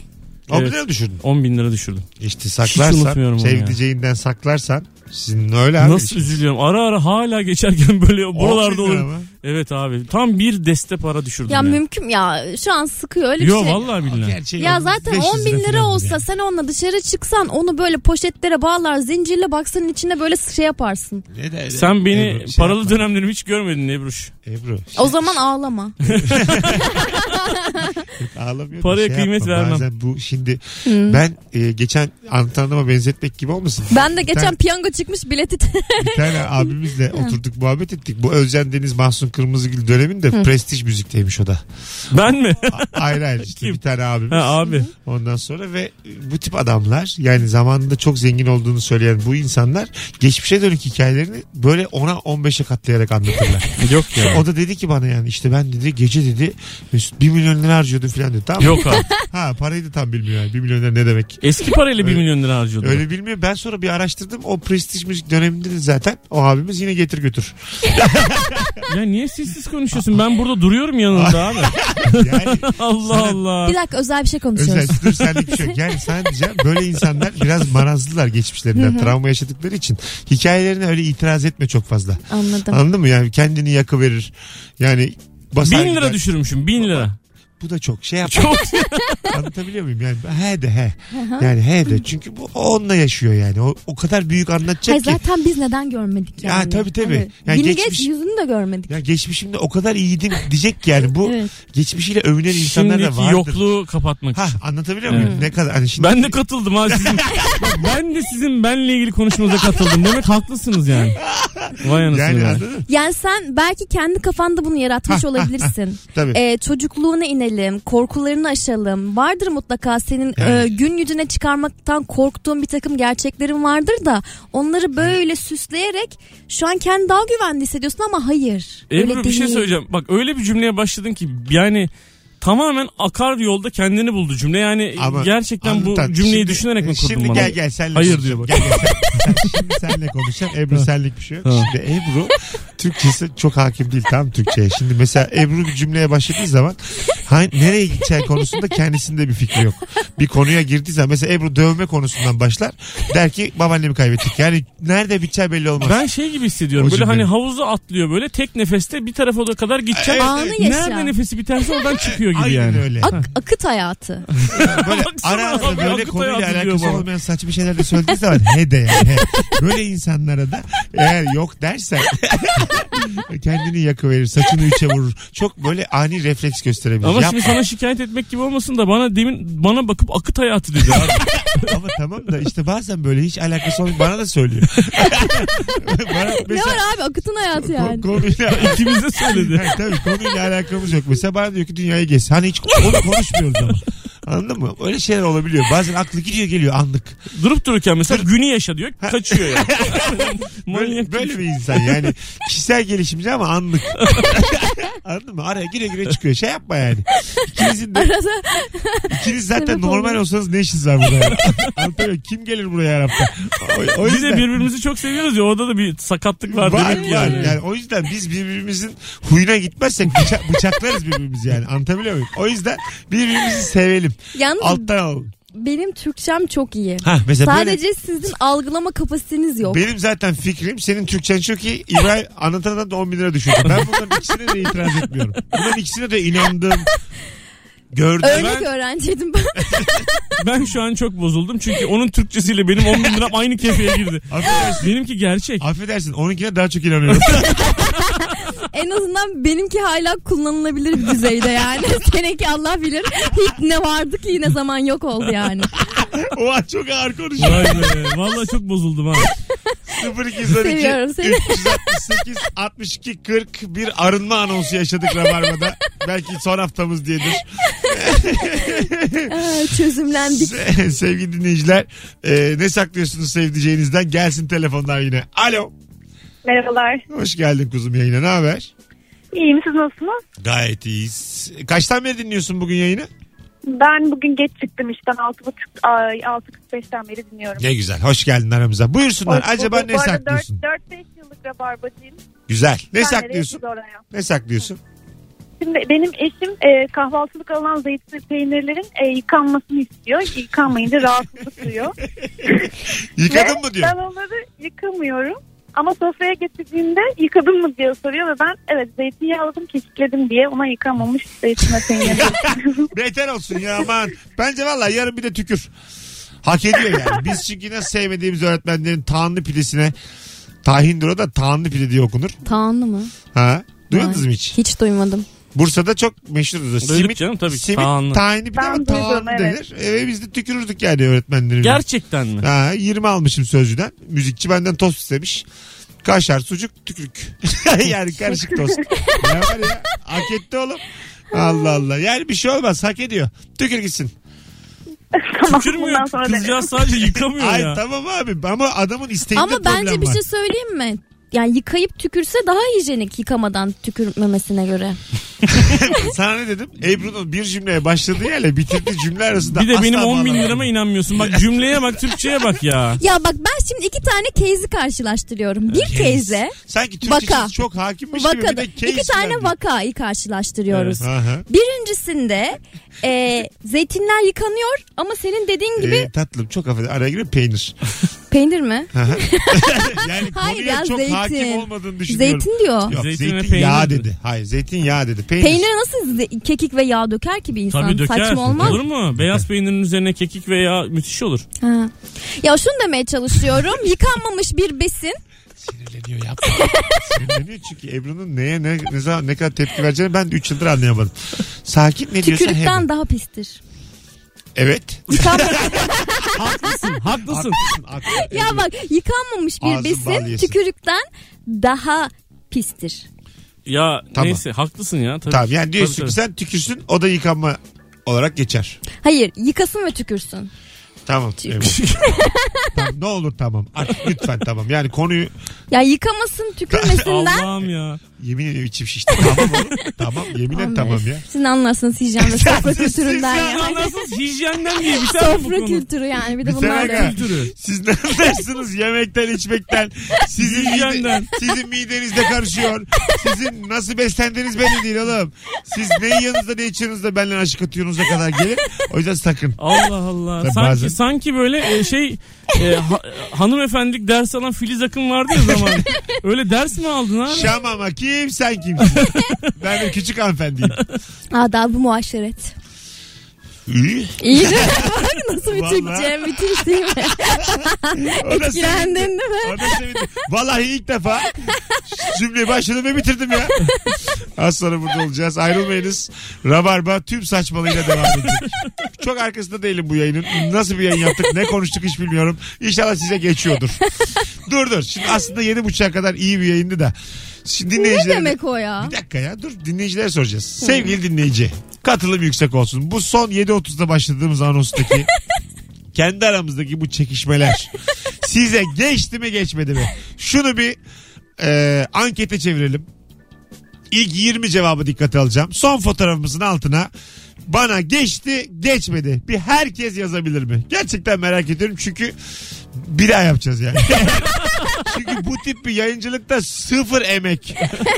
Speaker 2: 10 bin
Speaker 5: Evet.
Speaker 2: lira düşürdün.
Speaker 5: 10 bin lira düşürdüm.
Speaker 2: İşte
Speaker 5: Hiç
Speaker 2: saklarsan,
Speaker 5: unutmuyorum onu
Speaker 2: sevdiceğinden saklarsan sizin öyle abi.
Speaker 5: Nasıl üzülüyorum. Ara ara hala geçerken böyle
Speaker 2: On
Speaker 5: buralarda
Speaker 2: bin lira
Speaker 5: olur.
Speaker 2: mı?
Speaker 5: Evet abi. Tam bir deste para düşürdüm.
Speaker 3: Ya
Speaker 5: yani.
Speaker 3: mümkün ya şu an sıkıyor öyle bir
Speaker 5: Yo
Speaker 3: şey.
Speaker 5: vallahi billahi.
Speaker 2: Gerçi
Speaker 3: Ya
Speaker 2: on-
Speaker 3: zaten
Speaker 2: 500
Speaker 3: 10 bin lira
Speaker 2: falan
Speaker 3: olsa
Speaker 2: yani.
Speaker 3: sen onunla dışarı çıksan onu böyle poşetlere bağlar zincirle baksanın içine böyle şey yaparsın.
Speaker 2: Ne de-
Speaker 5: Sen beni
Speaker 2: Ebru, şey
Speaker 5: paralı
Speaker 2: yapma.
Speaker 5: dönemlerimi hiç görmedin Ebruş.
Speaker 2: Ebru.
Speaker 3: O zaman ağlama.
Speaker 2: Ağlamıyorum. şey
Speaker 5: Paraya kıymet vermem.
Speaker 2: Bazen bu şimdi ben e, geçen anlatanıma benzetmek gibi olmasın?
Speaker 3: Ben de
Speaker 2: Bir tane-
Speaker 3: geçen piyango çıkmış bileti
Speaker 2: Bir tane abimizle oturduk muhabbet ettik. Bu Özcan Deniz Mahsun Kırmızıgül döneminde prestij müzikteymiş o da.
Speaker 5: Ben mi?
Speaker 2: A- ayrı ayrı işte
Speaker 5: Kim?
Speaker 2: bir tane abimiz.
Speaker 5: ha abi.
Speaker 2: Ondan sonra ve bu tip adamlar yani zamanında çok zengin olduğunu söyleyen bu insanlar geçmişe dönük hikayelerini böyle 10'a 15'e katlayarak anlatırlar.
Speaker 5: Yok ya.
Speaker 2: o da dedi ki bana yani işte ben dedi gece dedi Mesut 1 milyon lira harcıyordum falan dedi. Tamam mı?
Speaker 5: Yok abi.
Speaker 2: Ha parayı da tam bilmiyor yani 1 milyon lira ne demek.
Speaker 5: Eski parayla 1
Speaker 2: Öyle-
Speaker 5: milyon lira harcıyordum.
Speaker 2: Öyle bilmiyor. Ben sonra bir araştırdım. O prestij müzik döneminde de zaten o abimiz yine getir götür.
Speaker 5: Ya niye sessiz konuşuyorsun? Ben burada duruyorum yanında abi.
Speaker 2: Yani
Speaker 5: Allah Allah.
Speaker 3: Bir dakika özel bir şey konuşuyoruz.
Speaker 2: Özel dur senlik bir şey. yok. Yani sadece böyle insanlar biraz marazlılar geçmişlerinden. travma yaşadıkları için. Hikayelerine öyle itiraz etme çok fazla.
Speaker 3: Anladım.
Speaker 2: Anladın mı? Yani kendini yakıverir. Yani basar.
Speaker 5: Bin lira
Speaker 2: gider.
Speaker 5: düşürmüşüm bin lira.
Speaker 2: Bu da çok şey yap.
Speaker 5: Çok
Speaker 2: Anlatabiliyor muyum yani? He de he. Yani he de. Çünkü bu onunla yaşıyor yani. O, o kadar büyük anlatacak
Speaker 3: Hayır,
Speaker 2: ki.
Speaker 3: zaten biz neden görmedik
Speaker 2: Ya,
Speaker 3: yani?
Speaker 2: tabii, tabii.
Speaker 3: Hani
Speaker 2: Yani
Speaker 3: Günü
Speaker 2: geçmiş-
Speaker 3: geç yüzünü de görmedik.
Speaker 2: Ya geçmişimde o kadar iyiydim diyecek ki yani. Bu
Speaker 3: Evet.
Speaker 2: geçmişiyle övünen insanlar da
Speaker 5: şimdiki
Speaker 2: vardır.
Speaker 5: yokluğu kapatmak
Speaker 2: Ha
Speaker 5: için.
Speaker 2: anlatabiliyor muyum?
Speaker 5: Evet.
Speaker 2: Ne kadar hani şimdi
Speaker 5: Ben de katıldım ha sizin. Bak ben de sizin benle ilgili konuşmanıza katıldım. Demek haklısınız yani. Vay anasını.
Speaker 2: yani
Speaker 5: be.
Speaker 2: anladın mı?
Speaker 3: Yani sen belki kendi kafanda bunu yaratmış olabilirsin.
Speaker 2: Tabii.
Speaker 3: Ee, çocukluğuna inelim, korkularını aşalım. Vardır mutlaka senin
Speaker 2: Yani.
Speaker 3: e, gün yüzüne çıkarmaktan korktuğun bir takım gerçeklerin vardır da onları böyle süsleyerek şu an kendini daha güvende hissediyorsun ama hayır. öyle
Speaker 5: Ebru bir şey
Speaker 3: değil.
Speaker 5: söyleyeceğim. Bak öyle bir cümleye başladın ki yani tamamen akar yolda kendini buldu cümle. Yani
Speaker 2: Ama
Speaker 5: E, gerçekten bu
Speaker 2: anlatan,
Speaker 5: cümleyi
Speaker 2: şimdi-
Speaker 5: düşünerek mi kurdun
Speaker 2: Şimdi
Speaker 5: bana?
Speaker 2: gel gel senle
Speaker 5: Hayır
Speaker 2: konuşacağım.
Speaker 5: diyor bak.
Speaker 2: Gel, gel, sen- sen- şimdi senle konuşacağım. Ebru senlik bir şey yok.
Speaker 5: Tamam.
Speaker 2: Şimdi Ebru Türkçesi çok hakim değil tam Türkçe'ye. Şimdi mesela Ebru bir cümleye başladığı zaman hani, nereye gideceği konusunda kendisinde bir fikri yok. Bir konuya girdiği zaman mesela Ebru dövme konusundan başlar. Der ki babaannemi kaybettik. Yani nerede biteceği belli olmaz.
Speaker 5: Ben şey gibi hissediyorum.
Speaker 2: O
Speaker 5: böyle
Speaker 2: cümleyi.
Speaker 5: hani havuza atlıyor böyle tek nefeste bir tarafa da kadar gideceğim.
Speaker 2: Evet,
Speaker 3: Anı yaşa.
Speaker 5: Nerede nefesi biterse oradan çıkıyor gibi
Speaker 2: Aynen
Speaker 5: yani.
Speaker 2: öyle.
Speaker 3: Ak- akıt hayatı.
Speaker 2: Böyle
Speaker 5: Baksana
Speaker 2: ara ara
Speaker 5: abi,
Speaker 2: böyle
Speaker 5: Akut
Speaker 2: konuyla
Speaker 5: hayatı diyor
Speaker 2: alakası
Speaker 5: bana.
Speaker 2: olmayan saçma şeyler de söylediği zaman he de yani. he. Böyle insanlara da eğer yok dersen kendini yakıverir, saçını üçe vurur. Çok böyle ani refleks gösterebilir.
Speaker 5: Ama
Speaker 2: Yapma.
Speaker 5: şimdi sana şikayet etmek gibi olmasın da bana demin bana bakıp akıt hayatı dedi abi.
Speaker 2: Ama tamam da işte bazen böyle hiç alakası olmayan bana da söylüyor. bana
Speaker 3: ne
Speaker 2: mesela
Speaker 3: var abi akıtın hayatı
Speaker 2: ko-
Speaker 3: yani.
Speaker 2: konuyla
Speaker 5: İkimiz de söyledi.
Speaker 2: Yani tabii konuyla alakamız yok. Mesela bana diyor ki dünyayı gez. Hani hiç onu konuşmuyoruz ama. Anladın mı? Öyle şeyler olabiliyor. Bazen aklı gidiyor geliyor anlık.
Speaker 5: Durup dururken mesela günü yaşa diyor kaçıyor yani. Manyak
Speaker 2: Böyle, böyle bir insan yani. Kişisel gelişimci ama anlık. Anladın mı? Araya gire gire çıkıyor. Şey yapma yani. İkinizin de, ikiniz zaten
Speaker 3: Sebep
Speaker 2: normal
Speaker 3: oluyor.
Speaker 2: olsanız ne işiniz var burada? Yani? Anlatabiliyor. Kim gelir buraya her hafta? O, o
Speaker 5: Biz de
Speaker 2: yüzden...
Speaker 5: birbirimizi çok seviyoruz ya orada da bir sakatlık var,
Speaker 2: Var,
Speaker 5: demek ki
Speaker 2: var.
Speaker 5: yani.
Speaker 2: Yani o yüzden biz birbirimizin huyuna gitmezsek bıça- bıçaklarız birbirimizi yani. Anlatabiliyor muyum? O yüzden birbirimizi sevelim.
Speaker 3: Yalnız
Speaker 2: Alttan alalım.
Speaker 3: benim Türkçem çok iyi.
Speaker 2: Ha, mesela böyle-
Speaker 3: Sadece sizin algılama kapasiteniz yok.
Speaker 2: Benim zaten fikrim senin Türkçen çok iyi. İbrahim anlatana da 10 bin lira düşürdü. Ben bunların ikisine de itiraz etmiyorum. Bunların ikisine de inandım. Gördüm.
Speaker 3: Örnek öğrenciydim ben.
Speaker 5: Ben şu an çok bozuldum çünkü onun Türkçesiyle benim 10 bin liram aynı kefeye girdi.
Speaker 2: Affedersin.
Speaker 5: Benimki gerçek.
Speaker 2: Affedersin. Onunkine daha çok inanıyorum.
Speaker 3: En azından benimki hala kullanılabilir bir düzeyde yani. Seninki Allah bilir. Hiç ne vardı ki yine zaman yok oldu yani.
Speaker 2: o an çok ağır konuşuyor.
Speaker 5: Vay be. Vallahi çok bozuldum ha.
Speaker 2: 0212
Speaker 3: Seviyorum seni.
Speaker 2: 368 62 40 bir arınma anonsu yaşadık Rabarba'da. Belki son haftamız diyedir.
Speaker 3: Ee, Çözümlendik.
Speaker 2: Se- Sevgili dinleyiciler e, ne saklıyorsunuz sevdiceğinizden? Gelsin telefonlar yine. Alo.
Speaker 4: Merhabalar.
Speaker 2: Hoş geldin kuzum yayına. Ne haber?
Speaker 4: İyiyim siz nasılsınız?
Speaker 2: Gayet iyiyiz. Kaçtan beri dinliyorsun bugün yayını?
Speaker 4: Ben bugün geç çıktım işten 6.45'ten beri dinliyorum.
Speaker 2: Ne güzel. Hoş geldin aramıza. Buyursunlar.
Speaker 4: Hoş
Speaker 2: Acaba
Speaker 4: bulduk.
Speaker 2: ne
Speaker 4: Bu arada
Speaker 2: saklıyorsun?
Speaker 4: dört- 4-5 yıllık rabarbacıyım.
Speaker 2: Güzel. Ne
Speaker 4: Ben de
Speaker 2: saklıyorsun?
Speaker 4: renkli oraya.
Speaker 2: Ne saklıyorsun?
Speaker 4: Şimdi benim eşim e, kahvaltılık alınan zeytin peynirlerin e, yıkanmasını istiyor. Yıkanmayınca rahatsızlık duyuyor.
Speaker 2: Yıkadın
Speaker 4: Ve
Speaker 2: mı diyor.
Speaker 4: Ben onları yıkamıyorum. Ama sofraya getirdiğinde yıkadın mı diye soruyor ve ben evet zeytinyağladım kekikledim diye ona yıkamamış zeytinle peynir.
Speaker 2: Beter olsun ya aman. Bence valla yarın bir de tükür. Hak ediyor yani. Biz çünkü nasıl sevmediğimiz öğretmenlerin tahanlı pidesine tahindir o da tahanlı pide diye okunur.
Speaker 3: Tanrı mı?
Speaker 2: Ha. Duymadınız
Speaker 3: Ay,
Speaker 2: mı hiç?
Speaker 3: Hiç duymadım.
Speaker 2: Bursa'da çok meşhurdur.
Speaker 5: Duyduk
Speaker 2: Simit,
Speaker 5: canım tabii ki.
Speaker 2: simit tahinli
Speaker 5: Tahanlı.
Speaker 2: pide
Speaker 4: Ben
Speaker 2: ama
Speaker 4: duydum,
Speaker 2: tahanlı
Speaker 4: evet.
Speaker 2: denir. Eve biz de tükürürdük yani öğretmenlerimiz.
Speaker 5: Gerçekten mi?
Speaker 2: Ha, 20 almışım sözcüden. Müzikçi benden tost istemiş. Kaşar, sucuk, tükürük. yani karışık tost. ne var ya? Hak etti oğlum. Allah Allah. Yani bir şey olmaz. Hak ediyor. Tükür gitsin.
Speaker 4: tamam, bundan
Speaker 5: Tükürmüyor.
Speaker 4: sonra denerim.
Speaker 5: Kızcağız sadece yıkamıyor
Speaker 2: Ay
Speaker 5: ya.
Speaker 2: tamam abi. Ama adamın isteğinde
Speaker 3: Ama
Speaker 2: problem
Speaker 3: bence bir
Speaker 2: var.
Speaker 3: şey söyleyeyim mi? Yani yıkayıp tükürse daha hijyenik yıkamadan tükürmemesine göre.
Speaker 2: Sana ne dedim? Ebru'nun bir cümleye başladığı yerle bitirdiği cümle arasında
Speaker 5: Bir de
Speaker 2: asla
Speaker 5: benim 10 bin
Speaker 2: bağlantı
Speaker 5: lirama
Speaker 2: yok.
Speaker 5: inanmıyorsun. Bak cümleye bak Türkçeye bak ya.
Speaker 3: Ya bak ben şimdi iki tane case'i karşılaştırıyorum. Bir teyze,
Speaker 2: Sanki Türkçesi
Speaker 3: Vaka.
Speaker 2: çok hakimmiş gibi bir
Speaker 3: vakada.
Speaker 2: de case
Speaker 3: İki tane
Speaker 2: verdi.
Speaker 3: vakayı karşılaştırıyoruz.
Speaker 2: Aha.
Speaker 3: Birincisinde e, zeytinler yıkanıyor ama senin dediğin gibi
Speaker 2: Ee, tatlım çok affedersin. Araya girip peynir.
Speaker 3: Peynir mi?
Speaker 2: Aha. yani
Speaker 3: Hayır
Speaker 2: konuya
Speaker 3: ya,
Speaker 2: çok hakim
Speaker 3: zeytin.
Speaker 2: olmadığını düşünüyorum.
Speaker 3: Zeytin diyor.
Speaker 2: Yok,
Speaker 5: Zeytin
Speaker 2: zeytin,
Speaker 5: ve peynir
Speaker 2: yağ
Speaker 5: dedi.
Speaker 2: dedi. Hayır zeytin yağ dedi. Peynir.
Speaker 3: Peynire nasıl ze- kekik ve yağ döker ki bir insan?
Speaker 5: Tabii döker.
Speaker 3: Saçma olmaz.
Speaker 5: Olur mu? Beyaz peynirin üzerine kekik veya müthiş olur.
Speaker 3: Ha. Ya şunu demeye çalışıyorum. Yıkanmamış bir besin.
Speaker 2: Sinirleniyor yapma. Sinirleniyor çünkü Ebru'nun neye ne, ne, zaman, ne kadar tepki vereceğini ben 3 yıldır anlayamadım. Sakin ne diyorsa hem.
Speaker 3: Tükürükten daha pistir.
Speaker 2: Evet.
Speaker 3: Yıkanmamış,
Speaker 5: Haklısın. Haklısın.
Speaker 2: Haklısın.
Speaker 3: ya bak yıkanmamış bir
Speaker 2: Ağzın bal
Speaker 3: besin
Speaker 2: yesin.
Speaker 3: tükürükten daha pistir.
Speaker 5: ya
Speaker 2: Tamam.
Speaker 5: neyse haklısın ya. Tabii.
Speaker 2: Tamam yani diyorsun
Speaker 5: Tabii,
Speaker 2: ki sen tükürsün o da yıkanma olarak geçer.
Speaker 3: Hayır yıkasın ve tükürsün.
Speaker 2: Tamam. Ebru. tamam ne olur tamam. Artık lütfen tamam. Yani konuyu
Speaker 3: Ya yıkamasın
Speaker 5: tabii.
Speaker 3: tükürmesinden.
Speaker 5: Allah'ım ya.
Speaker 2: yemin ediyorum içim şişti. Tamam oğlum. Tamam yeminle
Speaker 3: Aman
Speaker 2: tamam
Speaker 3: be.
Speaker 2: ya.
Speaker 3: Siz ne anlarsınız hijyen ve sofra
Speaker 2: Siz- siz
Speaker 3: kültüründen
Speaker 2: ne
Speaker 3: ya.
Speaker 5: Anlarsınız hijyenden diye bir tane bu
Speaker 3: Sofra
Speaker 5: konu.
Speaker 3: kültürü yani bir de
Speaker 2: Bir
Speaker 3: bunlar
Speaker 2: dakika.
Speaker 3: da.
Speaker 5: Kültürü.
Speaker 2: Siz ne anlarsınız yemekten içmekten? Sizin, mide,
Speaker 5: Yiyenden.
Speaker 2: sizin midenizde karışıyor. Sizin nasıl beslendiğiniz belli değil oğlum. Siz ne yiyorsunuz da ne içiyorsunuz da benden aşık atıyorsunuz'a kadar gelir. O yüzden sakın.
Speaker 5: Allah Allah.
Speaker 2: Tabii
Speaker 5: sanki
Speaker 2: bazen-
Speaker 5: sanki böyle e, şey e, ha- hanımefendilik ders alan Filiz Akın vardı ya zaman. Öyle ders mi aldın abi?
Speaker 2: Şam ama kim sen kimsin? ben de küçük hanımefendiyim.
Speaker 3: Adab-ı muaşeret.
Speaker 2: İyi.
Speaker 3: İyi değil mi? Bak Nasıl bir
Speaker 2: Vallahi.
Speaker 3: Türkçe müthiş değil mi?
Speaker 2: O da sevindi.
Speaker 3: Girendin değil mi?
Speaker 2: O da sevindi. şey Vallahi ilk defa cümleyi başladım ve bitirdim ya. Az sonra burada olacağız. Ayrılmayınız. Rabarba tüm saçmalığıyla devam edecek. Çok arkasında değilim bu yayının. Nasıl bir yayın yaptık, ne konuştuk hiç bilmiyorum. İnşallah size geçiyordur. dur dur. Şimdi aslında yedi buçuğa kadar iyi bir yayındı da. Şimdi
Speaker 3: Ne
Speaker 2: dinleyicilerine-
Speaker 3: demek o ya?
Speaker 2: Bir dakika ya dur dinleyicilere soracağız. Sevgili dinleyici katılım yüksek olsun. Bu son 7.30'da başladığımız anonstaki kendi aramızdaki bu çekişmeler size geçti mi geçmedi mi? Şunu bir e, ankete çevirelim. İlk 20 cevabı dikkate alacağım. Son fotoğrafımızın altına bana geçti geçmedi. Bir herkes yazabilir mi? Gerçekten merak ediyorum çünkü bir daha yapacağız yani. çünkü bu tip bir yayıncılıkta sıfır emek.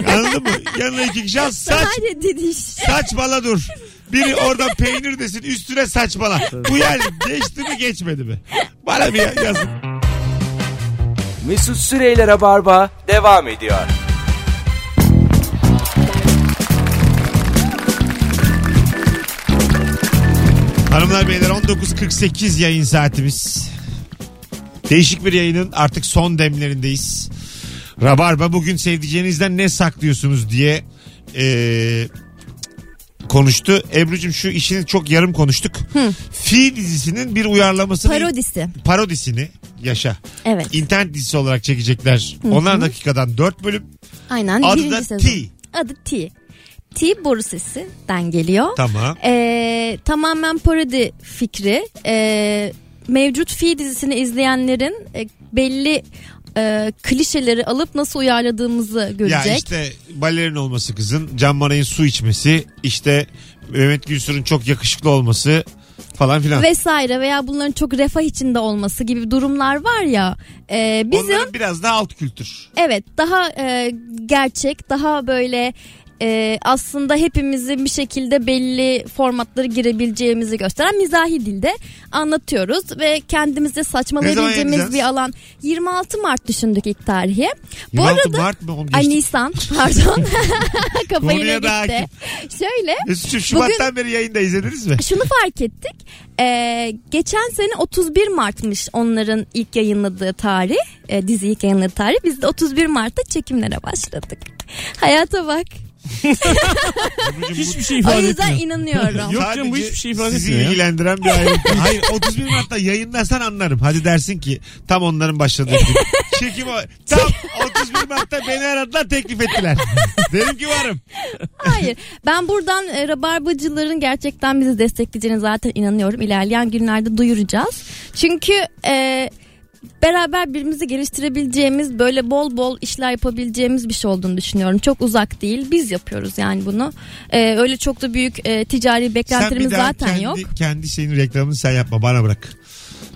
Speaker 2: Anladın mı? Yanına iki kişi al saç
Speaker 3: Sadece didiş.
Speaker 2: saçmala dur. Biri oradan peynir desin üstüne saçmala. Bu yani geçti mi geçmedi mi? Bana bir yazın.
Speaker 1: Mesut Süreyler'e barba devam ediyor.
Speaker 2: Hanımlar beyler 19.48 yayın saatimiz. Değişik bir yayının artık son demlerindeyiz. Rabarba bugün sevdiceğinizden ne saklıyorsunuz diye eee, konuştu. Ebru'cum şu işini çok yarım konuştuk. Fi dizisinin bir uyarlamasını
Speaker 3: Parodisi.
Speaker 2: parodisini yaşa.
Speaker 3: Evet.
Speaker 2: İnternet dizisi olarak çekecekler. Onlar dakikadan 4 bölüm.
Speaker 3: Aynen
Speaker 2: Adı
Speaker 3: birinci
Speaker 2: da
Speaker 3: sezon.
Speaker 2: T.
Speaker 3: Adı T. T boru sesinden geliyor.
Speaker 2: Tamam.
Speaker 3: Ee, tamamen parodi fikri. Ee, mevcut Fi dizisini izleyenlerin e, belli e, klişeleri alıp nasıl uyarladığımızı görecek.
Speaker 2: Ya işte balerin olması kızın, Can Manay'ın su içmesi, işte Mehmet Gülsür'ün çok yakışıklı olması falan filan.
Speaker 3: vesaire veya bunların çok refah içinde olması gibi durumlar var ya e, bizim
Speaker 2: Onların biraz daha alt kültür.
Speaker 3: evet daha e, gerçek daha böyle e, aslında hepimizin bir şekilde belli formatları girebileceğimizi gösteren mizahi dilde anlatıyoruz ve kendimizde saçmalayabileceğimiz
Speaker 2: yapacağız?
Speaker 3: bir alan 26 Mart düşündük ilk tarihi. Bu
Speaker 2: 26
Speaker 3: arada
Speaker 2: Mart mı? Oğlum
Speaker 3: Ay
Speaker 5: hani
Speaker 2: geçti.
Speaker 3: Nisan pardon kafayı
Speaker 2: Konuya da
Speaker 3: gitti.
Speaker 2: hakim.
Speaker 3: Şöyle
Speaker 2: Mesut'cum Şubat'tan beri yayında izlediniz mi?
Speaker 3: şunu fark ettik. Ee, geçen sene 31 Mart'mış onların ilk yayınladığı tarih. E, dizi ilk yayınladığı tarih. Biz de 31 Mart'ta çekimlere başladık. Hayata bak.
Speaker 5: Hiçbir şey
Speaker 3: o
Speaker 5: ifade
Speaker 3: yüzden
Speaker 5: etmiyor.
Speaker 3: inanıyorum.
Speaker 5: Yok canım, bu
Speaker 2: Sadece
Speaker 5: hiçbir şey ifade
Speaker 2: sizi
Speaker 5: etmiyor ya.
Speaker 2: ilgilendiren bir ayrıntı. Hayır 31 Mart'ta yayınlasan anlarım. Hadi dersin ki tam onların başladığı gün. Çekim o. Tam 31 Mart'ta beni aradılar teklif ettiler. Dedim ki varım.
Speaker 3: Hayır. Ben buradan e, rabarbacıların gerçekten bizi destekleyeceğine zaten inanıyorum. İlerleyen günlerde duyuracağız. Çünkü e, beraber birbirimizi geliştirebileceğimiz böyle bol bol işler yapabileceğimiz bir şey olduğunu düşünüyorum. Çok uzak değil. Biz yapıyoruz yani bunu. E, öyle çok da büyük e, ticari beklentilerimiz zaten
Speaker 2: kendi,
Speaker 3: yok.
Speaker 2: kendi şeyinin reklamını sen yapma bana bırak.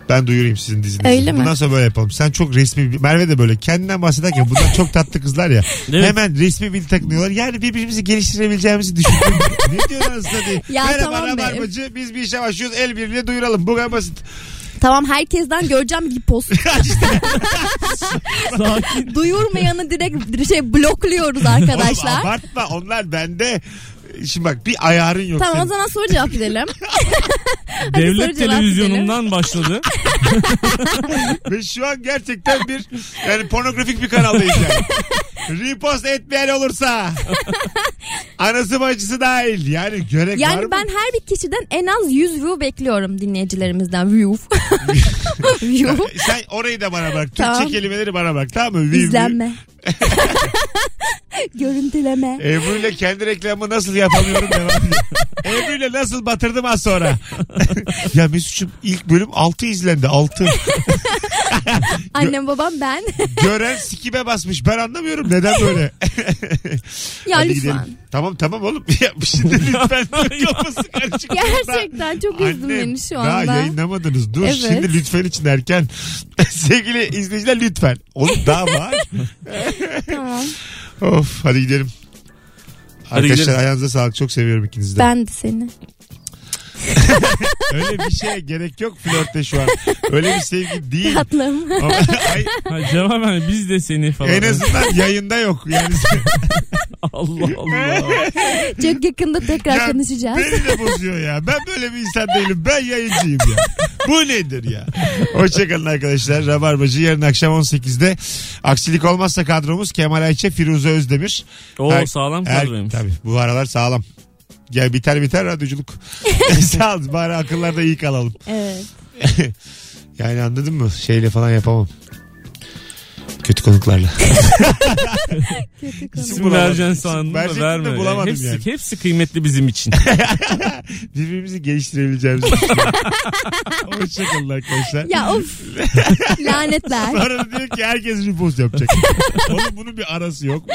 Speaker 2: Ben duyurayım sizin dizinizi.
Speaker 3: Öyle mi?
Speaker 2: Bundan sonra böyle yapalım. Sen çok resmi bir- Merve de böyle kendinden bahsederken bunlar çok tatlı kızlar ya.
Speaker 5: Evet.
Speaker 2: Hemen resmi bir takınıyorlar. Yani birbirimizi geliştirebileceğimizi düşündüm. ne diyorsun aslında diye.
Speaker 3: Ya
Speaker 2: Merhaba
Speaker 3: tamam be.
Speaker 2: Rabarbacı, biz bir işe başlıyoruz el birliğiyle duyuralım. Bu kadar basit.
Speaker 3: Tamam herkesten göreceğim bir post.
Speaker 5: Sakin.
Speaker 3: Duyurmayanı direkt şey blokluyoruz arkadaşlar.
Speaker 2: Oğlum abartma onlar bende. Şimdi bak bir ayarın yok.
Speaker 3: Tamam o
Speaker 2: senin.
Speaker 3: zaman soru cevap edelim.
Speaker 5: Devlet
Speaker 3: soru cevap
Speaker 5: televizyonundan başladı.
Speaker 2: Ve şu an gerçekten bir yani pornografik bir kanaldayız yani. Repost etmeyen olursa. Anası bacısı dahil. Yani görek var
Speaker 3: Yani
Speaker 2: mı?
Speaker 3: ben her bir kişiden en az 100 view bekliyorum dinleyicilerimizden. View. view.
Speaker 2: Sen orayı da bana bak. Türkçe
Speaker 3: Tamam.
Speaker 2: kelimeleri bana bak. Tamam mı? View,
Speaker 3: İzlenme. Görüntüleme.
Speaker 2: view. Ebru'yla kendi reklamı nasıl yapamıyorum devam ediyor. Ebru'yla nasıl batırdım az sonra. ya Mesut'cum ilk bölüm 6 izlendi 6.
Speaker 3: Annem babam ben.
Speaker 2: Gören sikibe basmış. Ben anlamıyorum neden böyle.
Speaker 3: ya
Speaker 2: Hadi
Speaker 3: lütfen.
Speaker 2: gidelim. Tamam tamam oğlum. Ya şimdi lütfen kafası karışık.
Speaker 3: Gerçekten çok üzdün
Speaker 2: Annem,
Speaker 3: beni şu
Speaker 2: Daha
Speaker 3: anda.
Speaker 2: yayınlamadınız. Dur
Speaker 3: Evet.
Speaker 2: şimdi lütfen için erken. Sevgili izleyiciler lütfen. Oğlum daha var.
Speaker 3: Tamam.
Speaker 2: of hadi gidelim.
Speaker 5: Hadi
Speaker 2: Arkadaşlar
Speaker 5: gidelim.
Speaker 2: ayağınıza sağlık. Çok seviyorum ikinizi de.
Speaker 3: Ben de seni.
Speaker 2: Öyle bir şeye gerek yok flörtte şu an. Öyle bir sevgi değil.
Speaker 3: Tatlım.
Speaker 2: Ama- Ay,
Speaker 5: Ha, cevap hani biz de seni falan.
Speaker 2: en azından yayında yok. Yani
Speaker 5: Allah Allah.
Speaker 3: çok yakında tekrar
Speaker 2: Ya
Speaker 3: konuşacağız.
Speaker 2: Beni de bozuyor ya. Ben böyle bir insan değilim. Ben yayıncıyım ya. Bu nedir ya? Hoşçakalın arkadaşlar. Rabarbacı yarın akşam 18'de. Aksilik olmazsa kadromuz Kemal Ayçe, Firuze Özdemir.
Speaker 5: O
Speaker 2: Her-
Speaker 5: sağlam
Speaker 2: her-
Speaker 5: kadroymuş.
Speaker 2: Tabii bu aralar sağlam. Ya biter biter radyoculuk. Sağ ol. Bari akıllarda iyi kalalım.
Speaker 3: Evet.
Speaker 2: Yani anladın mı? Şeyle falan yapamam. Kötü konuklarla.
Speaker 3: Kötü konu.
Speaker 2: İsim
Speaker 5: İsim
Speaker 2: bulamadım.
Speaker 5: vereceksin
Speaker 2: İsim
Speaker 5: sandım da
Speaker 2: verecektim de
Speaker 5: verme.
Speaker 2: bulamadım
Speaker 5: hepsi,
Speaker 2: yani.
Speaker 5: hepsi kıymetli bizim için.
Speaker 2: Birbirimizi geliştirebileceğimiz. Hoşçakalın arkadaşlar.
Speaker 3: Ya of. Lanetler.
Speaker 2: Sonra da diyor ki herkes repost yapacak. Oğlum bunun bir arası yok mu?